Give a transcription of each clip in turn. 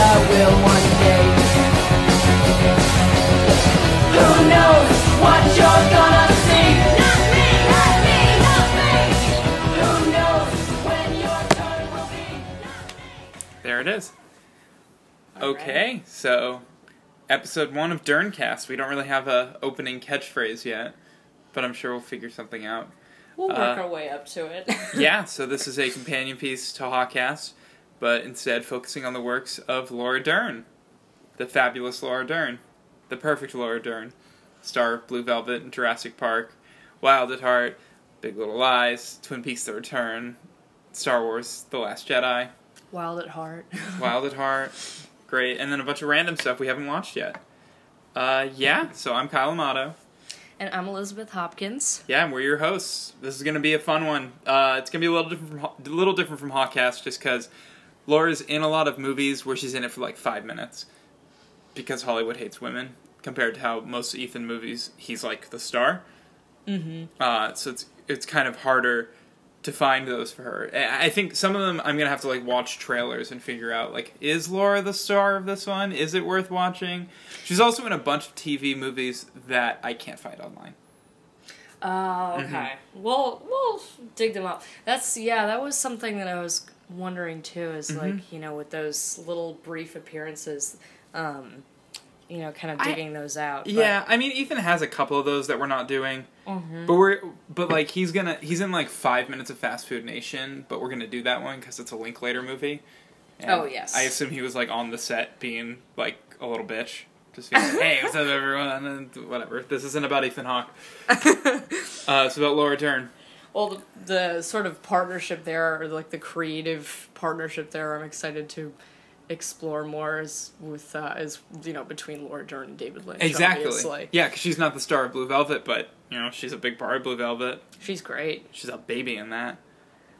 one day. Who knows what you're gonna see? Not me, not me, not me. Who knows when your turn will be? There it is. okay, so episode one of Derncast. We don't really have a opening catchphrase yet, but I'm sure we'll figure something out. We'll work Uh, our way up to it. Yeah, so this is a companion piece to Hawkcast, but instead focusing on the works of Laura Dern, the fabulous Laura Dern, the perfect Laura Dern, star of Blue Velvet and Jurassic Park, Wild at Heart, Big Little Lies, Twin Peaks: The Return, Star Wars: The Last Jedi. Wild at heart. Wild at Heart. Great. And then a bunch of random stuff we haven't watched yet. Uh, yeah, so I'm Kyle Amato. And I'm Elizabeth Hopkins. Yeah, and we're your hosts. This is going to be a fun one. Uh, it's going to be a little different from, Haw- a little different from Hawkcast just because Laura's in a lot of movies where she's in it for like five minutes because Hollywood hates women compared to how most Ethan movies, he's like the star. Mm-hmm. Uh, so it's, it's kind of harder to find those for her. I I think some of them I'm going to have to like watch trailers and figure out like, is Laura the star of this one? Is it worth watching? She's also in a bunch of TV movies that I can't find online. Oh, Mm-hmm. okay. We'll we'll dig them up. That's yeah. That was something that I was wondering too. Is Mm-hmm. like you know with those little brief appearances, um, you know, kind of I- digging those out. but- Yeah, I mean Ethan has a couple of those that we're not doing. Mm-hmm. But we're but like he's going to he's in like 5 minutes of Fast Food Nation, but we're going to do that one cuz it's a Linklater movie. And Oh, yes. I assume he was like on the set being like a little bitch. Just being like, "Hey, what's up everyone?" and whatever. This isn't about Ethan Hawke. Uh, it's about Laura Dern. well, the, the sort of partnership there, or like the creative partnership there, I'm excited to explore more is with uh, is you know between Laura Dern and David Lynch. Exactly. Obviously. Yeah, cuz she's not the star of Blue Velvet, but you know, she's a big part of Blue Velvet. She's great. She's a baby in that.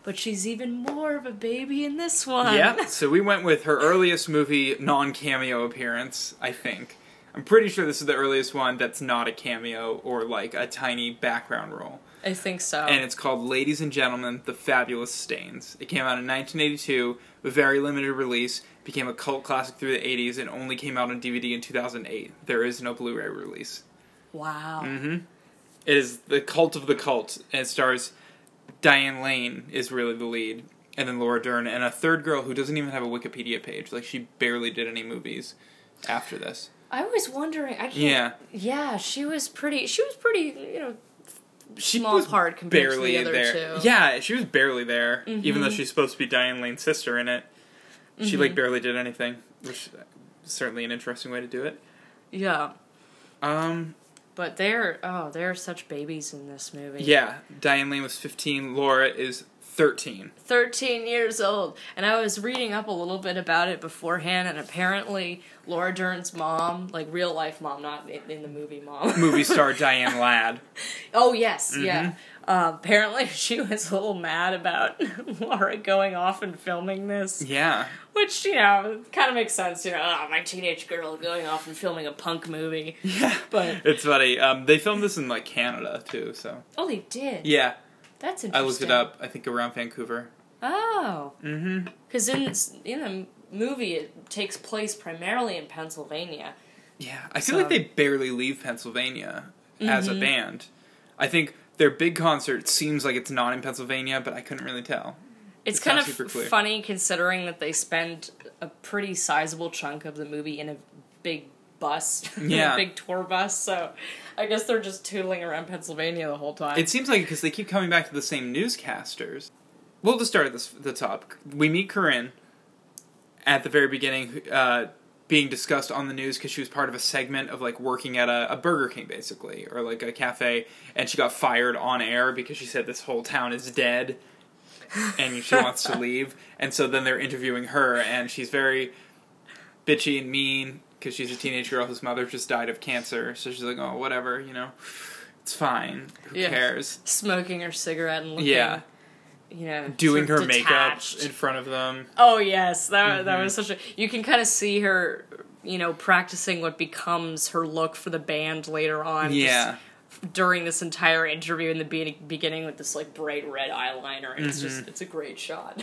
But she's even more of a baby in this one. Yeah, so we went with her earliest movie non cameo appearance, I think. I'm pretty sure this is the earliest one that's not a cameo or like a tiny background role. I think so. And it's called Ladies and Gentlemen, The Fabulous Stains. It came out in 1982 with very limited release, became a cult classic through the 80s, and only came out on DVD in 2008. There is no Blu ray release. wow. Mm-hmm. It is the cult of the cult, and it stars Diane Lane is really the lead, and then Laura Dern and a third girl who doesn't even have a Wikipedia page. Like she barely did any movies after this. I was wondering. I can't, Yeah, Yeah, she was pretty. She was pretty. You know, she Small was part compared to the other there. two. Mm-hmm. Yeah, she was barely there, even though she's supposed to be Diane Lane's sister in it. She like barely did anything, which is certainly an interesting way to do it. yeah. Um, But they're oh, they're such babies in this movie. yeah, Diane Lane was 15. Laura is 13. thirteen years old. And I was reading up a little bit about it beforehand, and apparently Laura Dern's mom, like real life mom, not in, in the movie mom. Movie star Diane Ladd. Oh yes, yeah. Mm-hmm. Uh, apparently she was a little mad about Laura going off and filming this. Yeah. Which, you know, kind of makes sense, you know, oh, my teenage girl going off and filming a punk movie. Yeah. But, It's funny. Um, they filmed this in like Canada too, so oh, they did. yeah. That's interesting. I looked it up. I think around Vancouver. Oh. Mm-hmm. Because in, this- in the movie, it takes place primarily in Pennsylvania. Yeah, I Mm-hmm. feel So- like they barely leave Pennsylvania as a band. I think their big concert seems like it's not in Pennsylvania, but I couldn't really tell. It's, It's kind not of super clear. funny considering that they spend a pretty sizable chunk of the movie in a big bus, Yeah. a big tour bus, so I guess they're just tootling around Pennsylvania the whole time. It seems like because they keep coming back to the same newscasters. We'll just start at this, the top. We meet Corinne at the very beginning, uh, being discussed on the news because she was part of a segment of like working at a, a Burger King, basically, or like a cafe, and she got fired on air because she said this whole town is dead, and she wants to leave. And so then they're interviewing her, and she's very bitchy and mean because she's a teenage girl whose mother just died of cancer. So she's like, oh, whatever, you know. It's fine. Who Yeah. cares? Smoking her cigarette and looking, Yeah. you know, doing sort her of detached. makeup in front of them. Oh yes, that that Mm-hmm. was such a. You can kind of see her, you know, practicing what becomes her look for the band later on. just Yeah. during this entire interview Mm-hmm. in the be- beginning with this like bright red eyeliner, and it's just it's a great shot.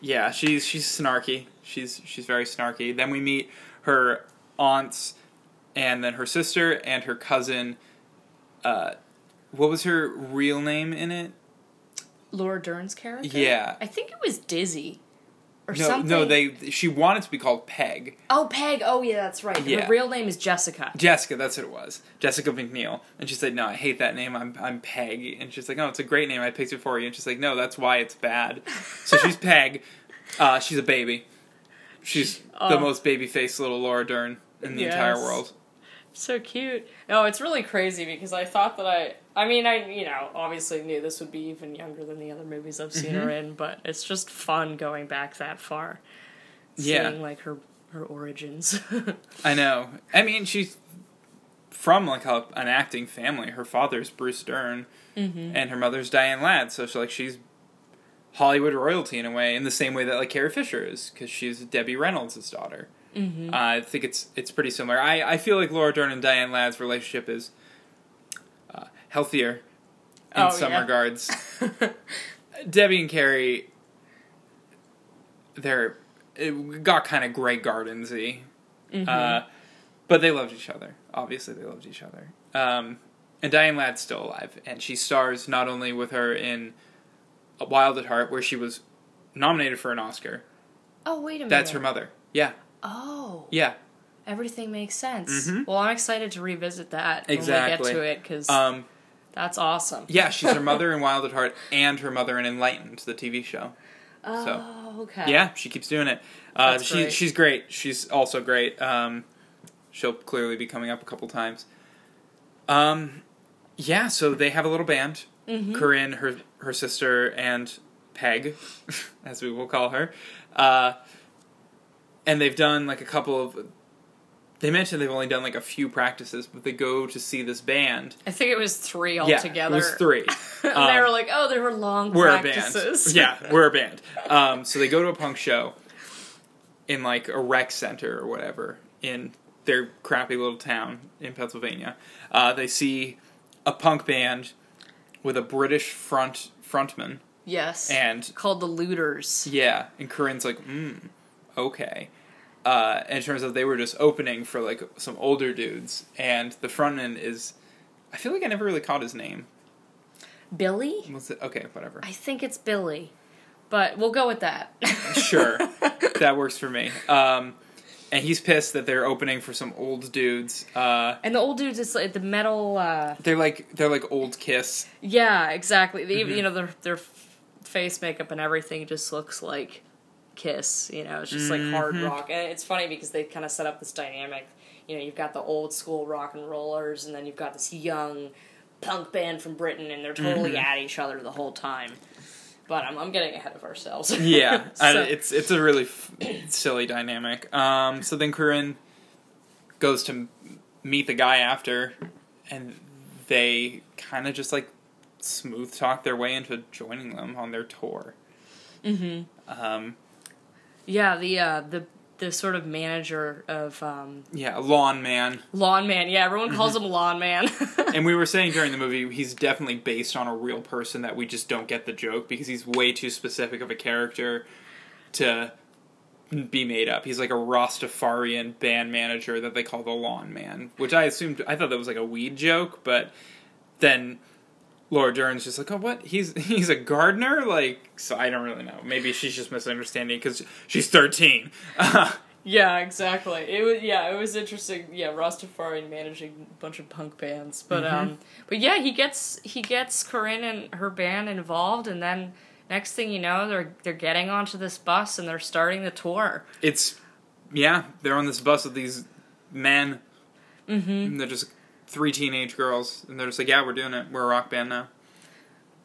Yeah, she's she's snarky. She's she's very snarky. Then we meet her aunts, and then her sister and her cousin. Uh, what was her real name in it? Laura Dern's character. Yeah. I think it was Dizzy, or no, something. no, they. She wanted to be called Peg. Oh, Peg. Oh, yeah, that's right. Yeah. Her real name is Jessica. Jessica, that's what it was. Jessica McNeil, and she said, "No, I hate that name. I'm I'm Peg." And she's like, "Oh, it's a great name. I picked it for you." And she's like, "No, that's why it's bad." So she's Peg. Uh, she's a baby. She's the Oh. most baby-faced little Laura Dern in the Yes. entire world. So cute. No, it's really crazy because I thought that I. I mean, I you know obviously knew this would be even younger than the other movies I've seen her Mm-hmm. in, but it's just fun going back that far. Yeah. Seeing like her her origins. I know. I mean, she's from like a, an acting family. Her father's Bruce Dern, Mm-hmm. and her mother's Diane Ladd. So she like she's Hollywood royalty in a way, in the same way that like Carrie Fisher is, because she's Debbie Reynolds' daughter. Mm-hmm. Uh, I think it's it's pretty similar. I I feel like Laura Dern and Diane Ladd's relationship is uh, healthier in Oh, some yeah. regards. Debbie and Carrie, they're it got kind of Grey Gardensy, uh, but they loved each other. Obviously, they loved each other. Um, and Diane Ladd's still alive, and she stars not only with her in Wild at Heart, where she was nominated for an Oscar. oh wait a minute. That's her mother. Yeah, Oh, yeah. everything makes sense. Mhm. Well, I'm excited to revisit that Exactly. when we get to it because Um, that's awesome. yeah, she's her mother in Wild at Heart and her mother in Enlightened, the TV show. Oh, okay. Yeah, she keeps doing it. Uh, That's she, great. She's great. She's also great. Um, she'll clearly be coming up a couple times. Um, yeah, so they have a little band. Mm-hmm. Corinne, her her sister, and Peg, as we will call her. Uh, and they've done like a couple of. They mentioned they've only done like a few practices, but they go to see this band. I think it was three yeah, altogether. it was three. and Um, they were like, "Oh, they were long we're a practices." band. Yeah, we're a band. Um, so they go to a punk show in like a rec center or whatever in their crappy little town in Pennsylvania. Uh, they see a punk band with a British front frontman, Yes. and called the Looters. yeah, and Corinne's like, mm, okay. Uh, and it turns out they were just opening for like some older dudes, and the frontman is. I feel like I never really caught his name. Billy? Was it okay? Whatever. I think it's Billy. But we'll go with that. sure that works for me um and he's pissed that they're opening for some old dudes uh and the old dudes it's like the metal uh they're like they're like old kiss yeah, exactly. They, Mm-hmm. You know their their f- face makeup and everything just looks like Kiss, you know, it's just Mm-hmm. like hard rock. And it's funny because they kind of set up this dynamic. You know, you've got the old school rock and rollers and then you've got this young punk band from Britain and they're totally Mm-hmm. at each other the whole time. But I'm, I'm getting ahead of ourselves. yeah I, So- it's it's a really f- silly dynamic um so then corinne goes to m- meet the guy after and they kind of just like smooth talk their way into joining them on their tour mm-hmm um Yeah, the uh, the the sort of manager of um, yeah lawn man Lawn Man. Yeah, everyone calls him Lawn Man. Mm-hmm. And we were saying during the movie, he's definitely based on a real person that we just don't get the joke because he's way too specific of a character to be made up. He's like a Rastafarian band manager that they call the Lawn Man, which I assumed, I thought that was like a weed joke, but then Laura Dern's just like, oh, what? He's he's a gardener? Like, so I don't really know. Maybe she's just misunderstanding because she's Uh, 13. yeah, exactly. It was yeah, it was interesting. Yeah, Rastafari managing a bunch of punk bands, but Mm-hmm. um, but yeah, he gets he gets Corinne and her band involved, and then next thing you know, they're they're getting onto this bus and they're starting the tour. it's yeah they're on this bus with these men and they're just three teenage girls and they're just like yeah we're doing it we're a rock band now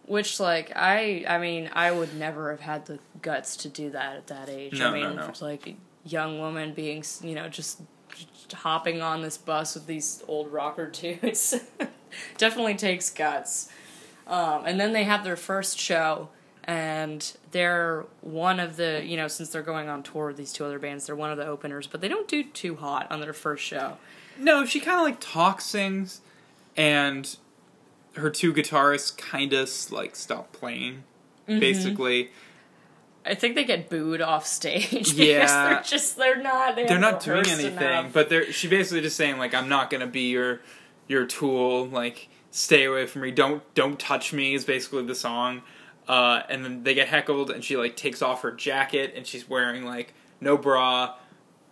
Which like I I mean I would never have had the guts to do that at that age. No, I mean no, no. it's like a young woman being s- you know just, just hopping on this bus with these old rocker dudes definitely takes guts. Um, and then they have their first show and they're one of the you know since they're going on tour with these two other bands they're one of the openers but they don't do too hot on their first show. no she kind of like talks sings and Mm-hmm. her two guitarists kind of like stop playing basically I think they get booed off stage. because Yeah. they're just they're not they they're haven't not doing rehearsed anything. enough. But they're she basically just saying like I'm not gonna be your your tool. Like stay away from me. Don't don't touch me is basically the song. Uh, and then they get heckled, and she like takes off her jacket, and she's wearing like no bra,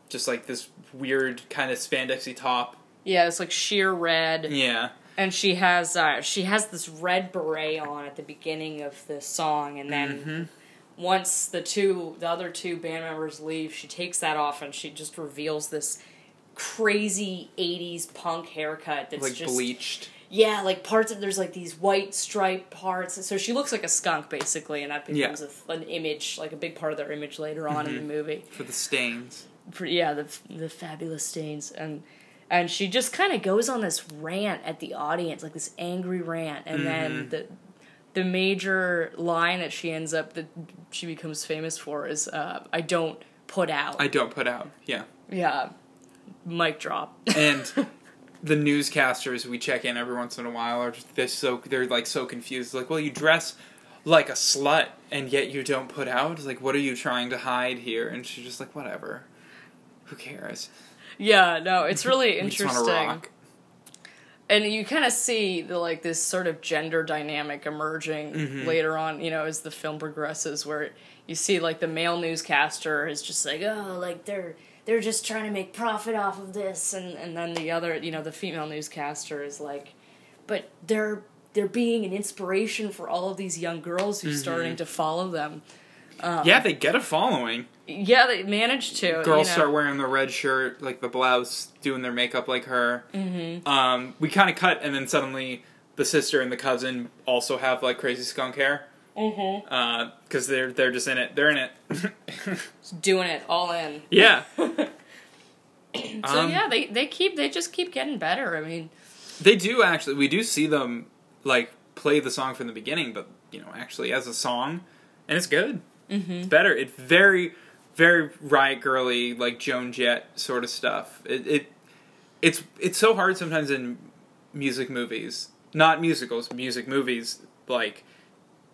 just like this weird kind of spandexy top. yeah, it's like sheer red. Yeah, and she has uh, she has this red beret on at the beginning of the song, and then Mm-hmm. once the two the other two band members leave, she takes that off and she just reveals this crazy '80s punk haircut that's like just bleached. yeah, like parts of there's like these white stripe parts, so she looks like a skunk basically, and that becomes Yeah. Mm-hmm. a, an image like a big part of their image later on in the movie for the stains. for, yeah, the the fabulous stains and and she just kind of goes on this rant at the audience, like this angry rant, and Mm-hmm. then the the major line that she ends up that she becomes famous for is uh, "I don't put out." I don't put out. Yeah. yeah, mic drop. And the newscasters we check in every once in a while are just, they're so they're like so confused. Like, well, you dress like a slut and yet you don't put out. Like, what are you trying to hide here? And she's just like, whatever. Who cares? yeah, no, it's really We just wanna interesting. rock. and you kind of see the like this sort of gender dynamic emerging Mm-hmm. later on you know as the film progresses where you see like the male newscaster is just like oh like they're they're just trying to make profit off of this and and then the other you know the female newscaster is like but they're they're being an inspiration for all of these young girls Mm-hmm. who's starting to follow them yeah, they get a following. yeah they managed to Girls you know. start wearing the red shirt, like the blouse, doing their makeup like her. Mm-hmm. Um, we kind of cut, and then suddenly the sister and the cousin also have like crazy skunk hair. Mm-hmm. Because they're they're just in it. They're in it. doing it all in Yeah. so so Um, yeah they they keep they just keep getting better i mean they do actually. We do see them like play the song from the beginning, but you know, actually as a song, and it's good. Mm-hmm. It's better. It's very, very riot girly, like Joan Jett sort of stuff. It, it, it's it's so hard sometimes in music movies, not musicals, music movies, like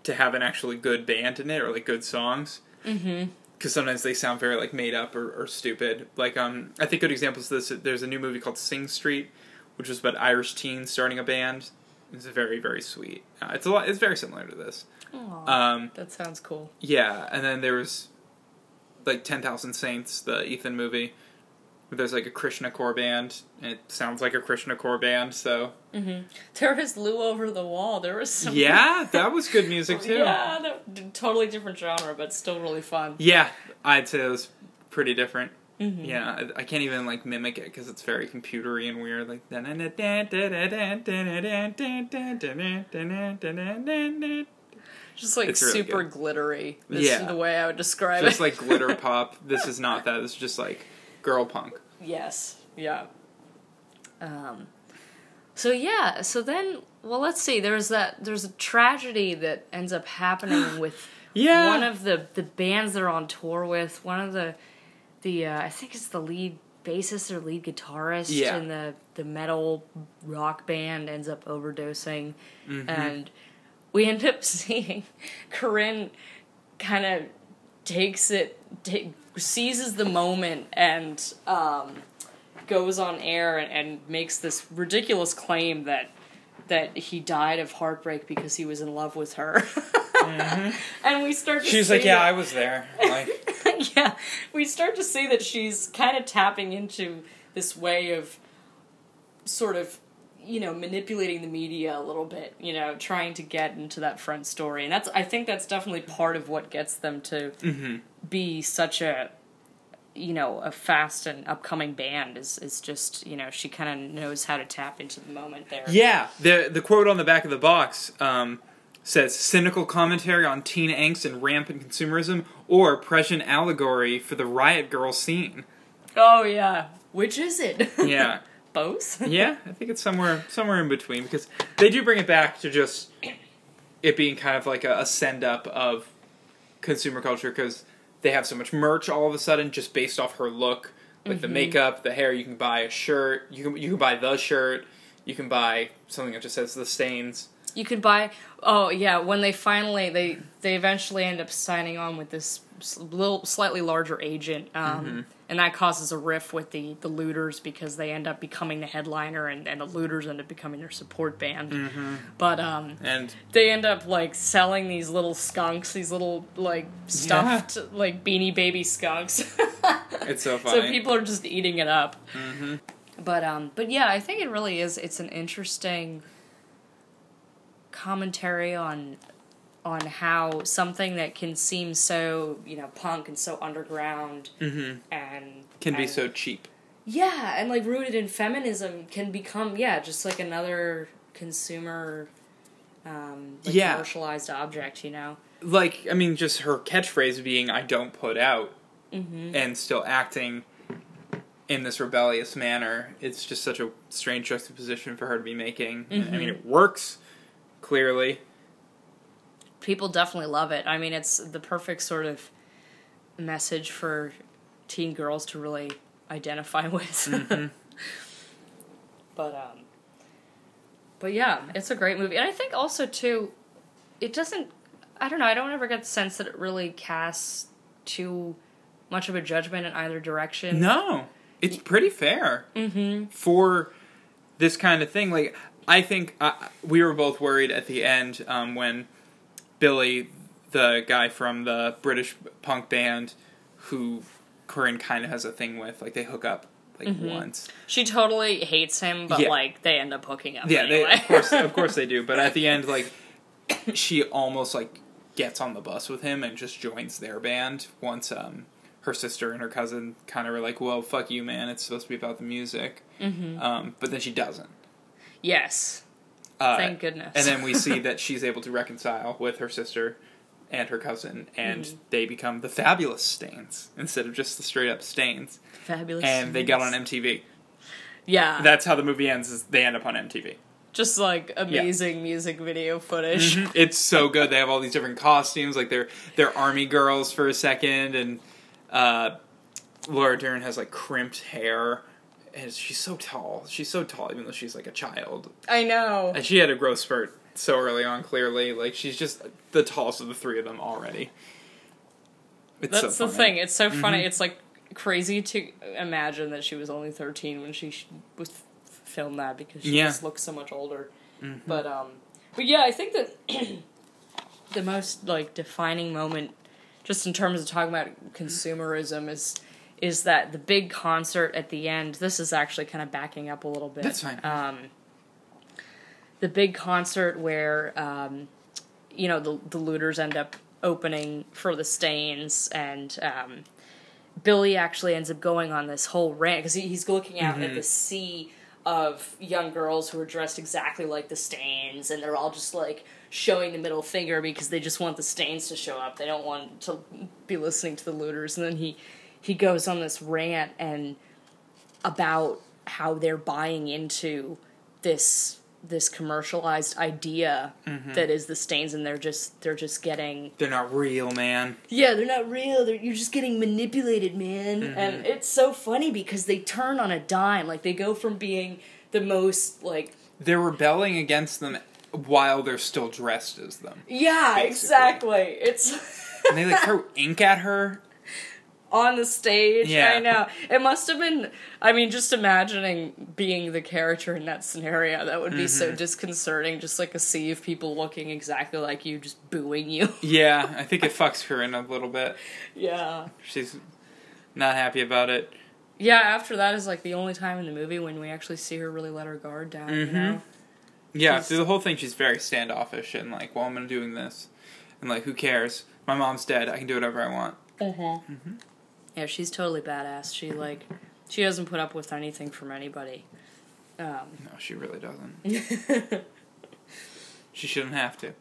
to have an actually good band in it or like good songs. because sometimes they sound very like made up or, or stupid. Like um, I think good examples of this. There's a new movie called Sing Street, which was about Irish teens starting a band. It's very very sweet. Uh, it's a lot. It's very similar to this. Aw, Um, that sounds cool yeah, and then there was like Ten Thousand Saints, the Ethan movie. Where there's like a Krishna core band, and it sounds like a Krishna core band. So There was Lou over the wall. There was some yeah, that was good music too. yeah, that- d- totally different genre, but still really fun. Yeah, I'd say it was pretty different. Yeah, I, I can't even like mimic it because it's very computery and weird. Like, Just like It's really super good. glittery. Is Yeah. the way I would describe just it. like glitter pop. This is not that. It's just like girl punk. yes, yeah. Um, so yeah, so then well, let's see. There's that. There's a tragedy that ends up happening with Yeah, one of the the bands they're on tour with. One of the the uh, I think it's the lead bassist or lead guitarist Yeah. in the the metal rock band ends up overdosing, Mm-hmm. and we end up seeing Corinne kind of takes it ta seizes the moment and um, goes on air and, and makes this ridiculous claim that that he died of heartbreak because he was in love with her. And we start to Mm-hmm. she's see like, yeah, that- I was there. Like, yeah, we start to see that she's kind of tapping into this way of sort of, you know, manipulating the media a little bit, you know, trying to get into that front story. And that's I think that's definitely part of what gets them to Mm-hmm. be such a you know, a fast and upcoming band is is just, you know, she kind of knows how to tap into the moment there. yeah. The the quote on the back of the box um, says cynical commentary on teen angst and rampant consumerism, or prescient allegory for the riot girl scene. Oh yeah. Which is it? Yeah. Both? yeah, I think it's somewhere somewhere in between because they do bring it back to just it being kind of like a, a send up of consumer culture because they have so much merch all of a sudden just based off her look, like the makeup, the hair. You can buy a shirt. You can you can buy the shirt. You can buy something that just says the stains. you could buy oh yeah when they finally they they eventually end up signing on with this s- little slightly larger agent, um, and that causes a riff with the the Looters because they end up becoming the headliner, and, and the Looters end up becoming their support band. But um, and they end up like selling these little skunks, these little like stuffed like beanie baby skunks. it's so funny. so people are just eating it up. Mm-hmm. But um, but yeah, I think it really is. It's an interesting commentary on on how something that can seem so you know punk and so underground and Mm-hmm. can be and- so cheap. yeah, and like rooted in feminism can become yeah, just like another consumer um like Yeah. commercialized object, you know. Like I mean, just her catchphrase being "I don't put out," and still acting in this rebellious manner. It's just such a strange juxtaposition for her to be making. I mean, it works clearly. People definitely love it. I mean, it's the perfect sort of message for teen girls to really identify with. Mm-hmm. but um but yeah, it's a great movie. And I think also too it doesn't I don't know, I don't ever get the sense that it really casts too much of a judgment in either direction. No, it's pretty fair for this kind of thing. Like, I think uh, we were both worried at the end um, when Billy, the guy from the British punk band, who Corinne kind of has a thing with, like they hook up like once. She totally hates him, but Yeah. like they end up hooking up. Yeah, anyway. they, of course, of course they do. But at the end, like she almost like gets on the bus with him and just joins their band once um her sister and her cousin kind of were like, "Well, fuck you, man. It's supposed to be about the music." Mm-hmm. Um, but then she doesn't. yes, Uh, thank goodness. and then we see that she's able to reconcile with her sister and her cousin, and Mm-hmm. they become the fabulous stains instead of just the straight up stains. fabulous. And they got on MTV. Yeah, That's how the movie ends. Is they end up on MTV. just like amazing music video footage. Mm-hmm. It's so good. They have all these different costumes, like they're they're army girls for a second, and uh, Laura Dern has like crimped hair, and she's so tall. She's so tall, even though she's like a child. I know. And she had a growth spurt so early on. Clearly, like she's just the tallest of the three of them already. It's so That's the funny. Mm-hmm. thing. It's so funny. It's like crazy to imagine that she was only thirteen when she sh- was f- filmed that because she Yeah. Mm-hmm. just looks so much older. But um, but yeah, I think that the most like defining moment, just in terms of talking about consumerism, is is that the big concert at the end. This is actually kind of backing up a little bit. That's fine. Um, the big concert where um, you know the the looters end up opening for the stains and um, billy actually ends up going on this whole rant because he, he's looking out at the sea of young girls who are dressed exactly like the stains and they're all just like showing the middle finger because they just want the stains to show up they don't want to be listening to the looters and then he he goes on this rant and about how they're buying into this this commercialized idea that is the stains and they're just they're just getting They're not real, man. yeah, they're not real. They're, you're just getting manipulated, man. And it's so funny because they turn on a dime. Like they go from being the most like They're rebelling against them while they're still dressed as them. yeah, Basically. exactly. It's And they like throw ink at her. on the stage. Yeah. I know. It must have been. I mean, just imagining being the character in that scenario that would be so disconcerting. Just like a sea of people looking exactly like you, just booing you. Yeah, I think it fucks her in a little bit. yeah. She's not happy about it. Yeah. After that is like the only time in the movie when we actually see her really let her guard down. You know. Yeah, She's- through the whole thing, she's very standoffish and like, well, I'm doing this, and like, who cares? My mom's dead. I can do whatever I want. Mm-hmm. Yeah, she's totally badass. She like she doesn't put up with anything from anybody. Um, No, she really doesn't. she shouldn't have to.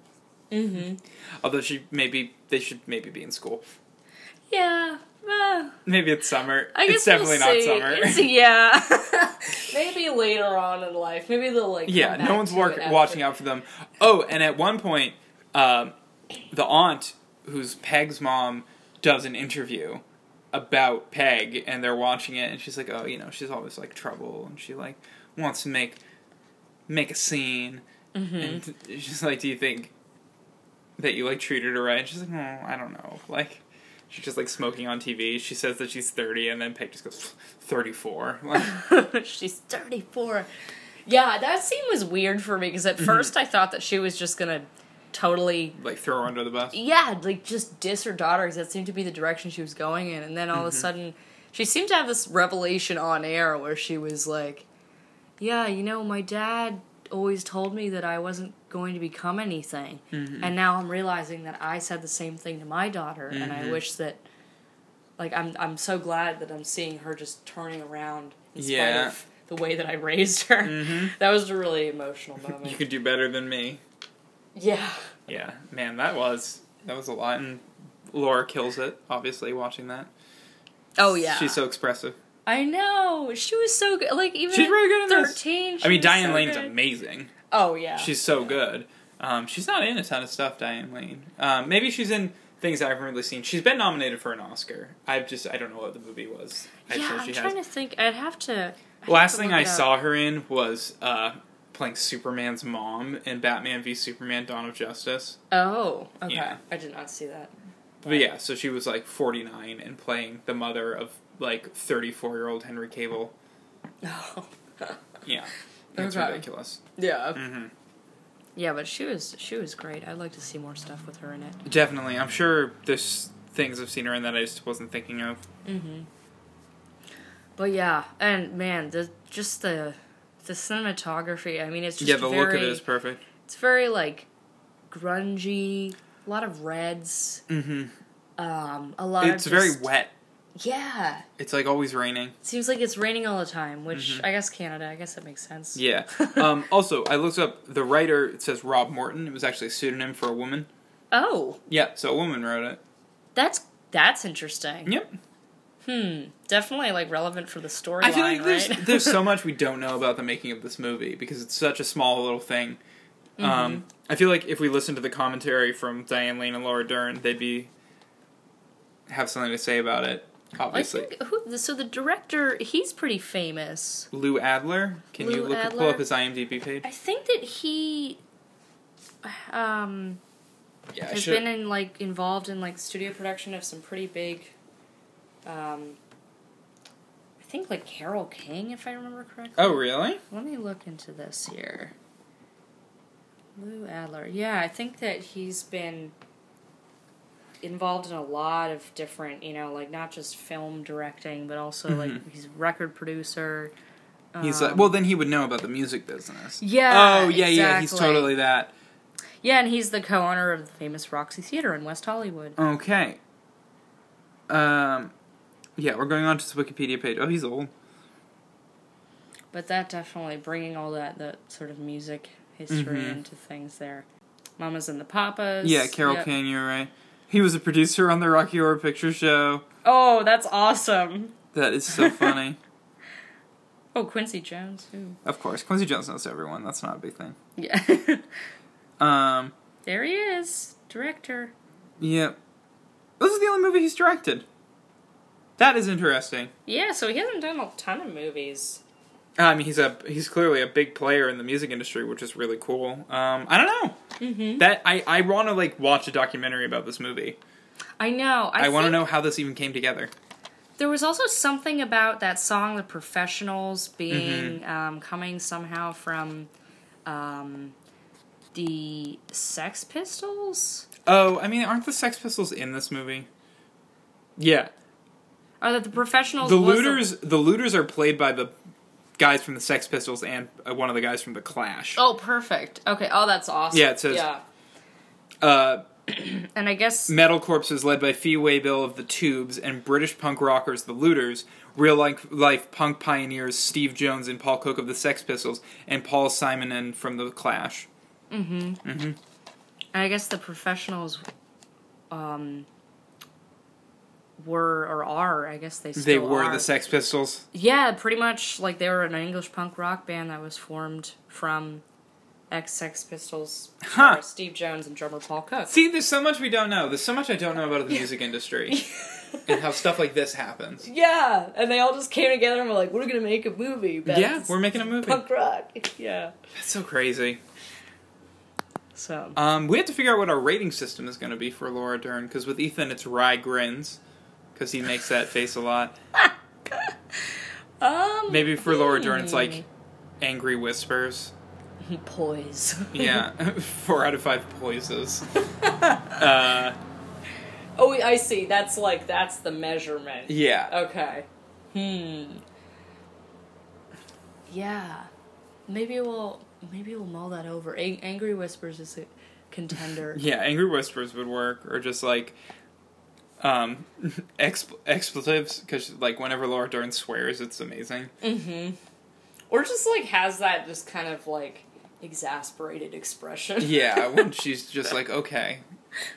Mm-hmm. Although she maybe they should maybe be in school. yeah. well, Maybe it's summer. I guess it's definitely we'll see. not summer. It's- yeah, maybe later on in life. Maybe they'll like. yeah, no one's work, watching out for them. Oh, and at one point, um, the aunt, who's Peg's mom, does an interview about Peg, and they're watching it, and she's like, "Oh, you know, she's always like trouble, and she like wants to make make a scene." And she's like, "Do you think that you like treated her right?" And she's like, "No, I don't "Mm, know." Like, She's just like smoking on TV. She says that she's 30, and then Peg just goes, 34. Like, She's 34. Yeah, that scene was weird for me because Mm-hmm. at first I thought that she was just gonna totally, like throw her under the bus. yeah, like just diss her daughter because that seemed to be the direction she was going in. And then all of Mm-hmm. a sudden, she seemed to have this revelation on air where she was like, Yeah, you know, my dad always told me that I wasn't going to become anything. Mm-hmm. And now I'm realizing that I said the same thing to my daughter. And Mm-hmm. I wish that, like, I'm, I'm so glad that I'm seeing her just turning around in spite Yeah. Mm-hmm. of the way that I raised her. That was a really emotional You moment. could do better than me. yeah. Yeah, man, that was that was a lot, and Laura kills it. Obviously, watching that, Oh, yeah. Mm-hmm. she's so expressive. I know. She was so good. Like even She's at really good in this. thirteen. I she mean, was Diane so Lane's good. amazing. Oh yeah. She's so good. Um, she's not in a ton of stuff, Diane Lane. Um, maybe she's in things I haven't really seen. She's been nominated for an Oscar. I've just I don't know what the movie was. yeah. sure I'm trying to think. I'd have to. I'd Last have to thing look I it up. saw her in was uh, playing Superman's mom in Batman v Superman: Dawn of Justice. Oh. Okay. Yeah. I did not see that. But yeah, so she was like 49 and playing the mother of like 34 year old Henry Cable. Oh. Yeah, that's Okay. ridiculous. yeah. hmm Yeah, but she was she was great. I'd like to see more stuff with her in it. Definitely, I'm sure there's things I've seen her in that I just wasn't thinking of. But yeah, and man, the just the the cinematography. I mean, it's just yeah, the very, look of it is perfect. It's very like grungy. A lot of reds. hmm Um, a lot. It's of very just- wet. Yeah. It's like always raining. Seems like it's raining all the time, which I guess Canada. I guess that makes sense. Mm-hmm. Yeah. um, also, I looked up the writer. It says Rob Morton. It was actually a pseudonym for a woman. Oh, Yeah, so a woman wrote it. that's that's interesting. Yep. Hmm. Definitely like relevant for the storyline, I feel like there's right? there's so much we don't know about the making of this movie because it's such a small little thing. Mm-hmm. Um, I feel like if we listened to the commentary from Diane Lane and Laura Dern, they'd be have something to say about it. I Obviously, think who, so. The director, he's pretty famous. Lou Adler. Can you Lou look Adler? pull up his IMDb page? I think that he um Yeah, I has should. been in like involved in like studio production of some pretty big um I think like Carol King if I remember correctly. oh, really? Let me look into this here. Lou Adler. Yeah, I think that he's been involved in a lot of different, you know, like not just film directing, but also like he's a record producer. Mm-hmm. He's Um, like, well, then he would know about the music business. Yeah, Oh, yeah, yeah. He's exactly. totally that. Yeah, and he's the co-owner of the famous Roxy Theater in West Hollywood. Uh. Okay. Um, yeah, we're going on to the Wikipedia page. Oh, he's old. But that definitely bringing all that that sort of music history Mhm. into things there. Mamas and the Papas. Yeah, Carol Yep. King, you're right. He was a producer on the Rocky Horror Picture Show. Oh, that's awesome. That is so funny. Oh, Quincy Jones. Ooh. of course, Quincy Jones knows everyone. That's not a big thing. Yeah. Um, there he is, director. yeah. This is the only movie he's directed. That is interesting. Yeah, so he hasn't done a ton of movies. I mean, he's a he's clearly a big player in the music industry, which is really cool. Um, I don't know that I I want to like watch a documentary about this movie. I know. I, I, want to think know how this even came together. There was also something about that song, "The Professionals," being Mm-hmm. um, coming somehow from um, the Sex Pistols. Oh, I mean, aren't the Sex Pistols in this movie? Yeah, Or Oh, that the professionals the was looters the looters are played by the guys from the Sex Pistols and uh, one of the guys from the Clash. oh, perfect. Okay. Oh, that's awesome. Yeah, it says- Yeah. Oh. Uh, And I guess Metal Corps is led by Fee Waybill of the Tubes and British punk rockers the Looters. Real life, life punk pioneers Steve Jones and Paul Cook of the Sex Pistols and Paul Simonon from the Clash. I guess the professionals, um, were or are. I guess they still they were are. the Sex Pistols. Yeah, pretty much like they were an English punk rock band that was formed from ex Sex Pistols, Huh. drummer Steve Jones and drummer Paul Cook. See, there's so much we don't know. There's so much I don't know about the music industry and how stuff like this happens. Yeah, and they all just came together and were like, "We're gonna make a movie." Yeah, we're making a movie. rock. Yeah. That's so crazy. So Um, we have to figure out what our rating system is going to be for Laura Dern because with Ethan it's wry grins because he makes that face a lot. um Maybe for Laura Dern it's like hmm. angry whispers. poise. Yeah, four out of five poises. uh, oh, I see. That's like that's the measurement. yeah, Okay. Hmm. Yeah. Maybe we'll maybe we'll mull that over. Ang Angry Whispers is a contender. yeah. Angry whispers would work, or just like um, exp- expletives because like whenever Laura Dern swears, it's amazing. Or just like has that just kind of like exasperated expression. Yeah, when she's just like, okay,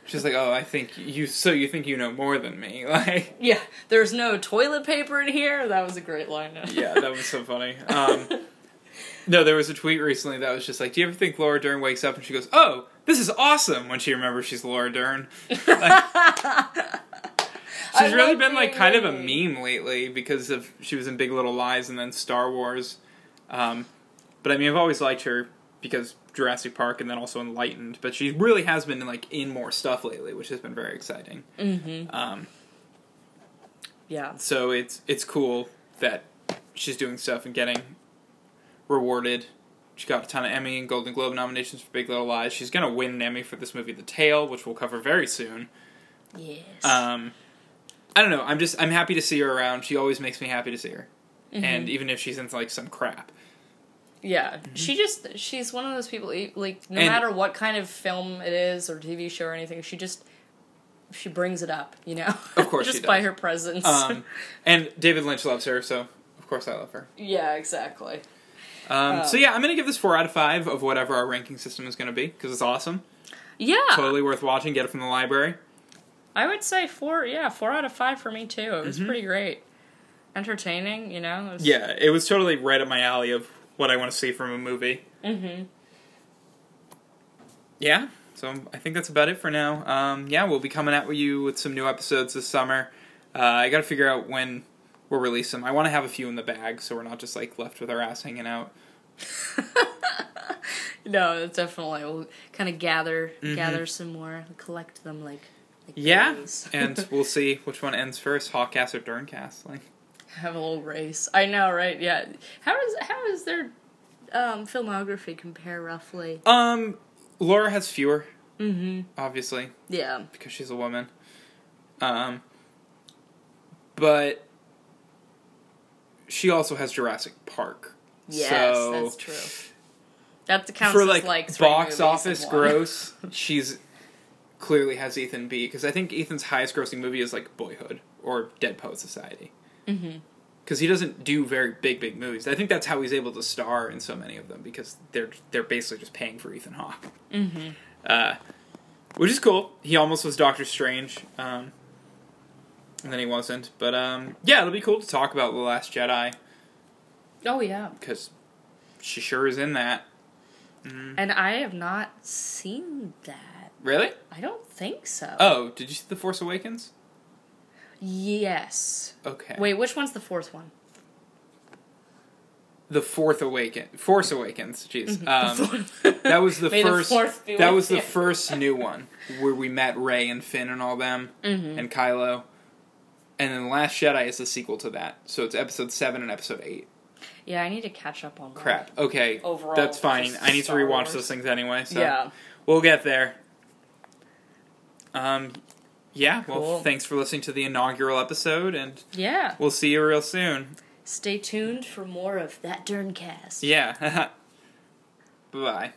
she's like, oh, I think you. So you think you know more than me? Like, Yeah. There's no toilet paper in here. That was a great line. yeah, that was so funny. Um, no, there was a tweet recently that was just like, "Do you ever think Laura Dern wakes up and she goes, oh, this is awesome,' when she remembers she's Laura Dern?" Like, she's I really love been like being kind of a me. meme lately because of she was in Big Little Lies and then Star Wars. Um, but I mean, I've always liked her because Jurassic Park and then also Enlightened. But she really has been like in more stuff lately, which has been very exciting. Mm-hmm. Um, Yeah. so it's it's cool that she's doing stuff and getting rewarded. She got a ton of Emmy and Golden Globe nominations for Big Little Lies. She's gonna win an Emmy for this movie, The Tale, which we'll cover very soon. Yes. Um, I don't know. I'm just I'm happy to see her around. She always makes me happy to see her, and even if she's into like some crap, yeah. She just she's one of those people e- like no mm-hmm. And- matter what kind of film it is or TV show or anything, she just she brings it up, you know. Of course just she by does. her presence. um, and David Lynch loves her, so of course I love her. yeah, exactly. Um, so Um, yeah, I'm gonna give this four out of five of whatever our ranking system is gonna be because it's awesome. Yeah. Totally worth watching. Get it from the library. I would say four, yeah, four out of five for me too. It was pretty great. Entertaining, you know? It was- Mm-hmm. Yeah, it was totally right up my alley of what I want to see from a movie. Mm-hmm. Yeah, so I think that's about it for now. Um, yeah, we'll be coming at you with some new episodes this summer. Uh, I got to figure out when we'll release them. I want to have a few in the bag so we're not just like left with our ass hanging out. No, it's definitely, we'll kind of gather, gather some more, collect them like, like Mm-hmm. Yeah, berries. and we'll see which one ends first, Hawkcast or Derncast. Like, have a little race. I know, right? Yeah. How does, how does their um, filmography compare roughly? um, Laura has fewer, Mm-hmm. obviously, Yeah. because she's a woman. Um, but she also has Jurassic Park. Yes, So, that's true. That counts For as like, like three movies box in office one. gross, she's clearly has Ethan B because I think Ethan's highest grossing movie is like Boyhood or Dead Poet Society. Mm-hmm. Because he doesn't do very big, big movies. I think that's how he's able to star in so many of them because they're they're basically just paying for Ethan Hawke, mm-hmm. uh, which is cool. He almost was Doctor Strange, um, and then he wasn't. But um, yeah, it'll be cool to talk about the Last Jedi Oh, yeah. because she sure is in that. Mm-hmm. And I have not seen that. Really? I don't think so. Oh, did you see The Force Awakens? Yes. Okay. Wait, which one's the fourth one? the fourth awaken force awakens jeez um, that was the Mm-hmm. May the first fourth be that with was the you. first new one where we met ray and finn and all them Mm-hmm. and kylo and then the last jedi is the sequel to that so it's episode 7 and episode 8 Yeah, I need to catch up on that. crap okay Overall, that's fine just i need to Star rewatch Wars. those things anyway so Yeah. we'll get there um yeah well Cool. thanks for listening to the inaugural episode and Yeah. we'll see you real soon Stay tuned for more of that Derncast. yeah bye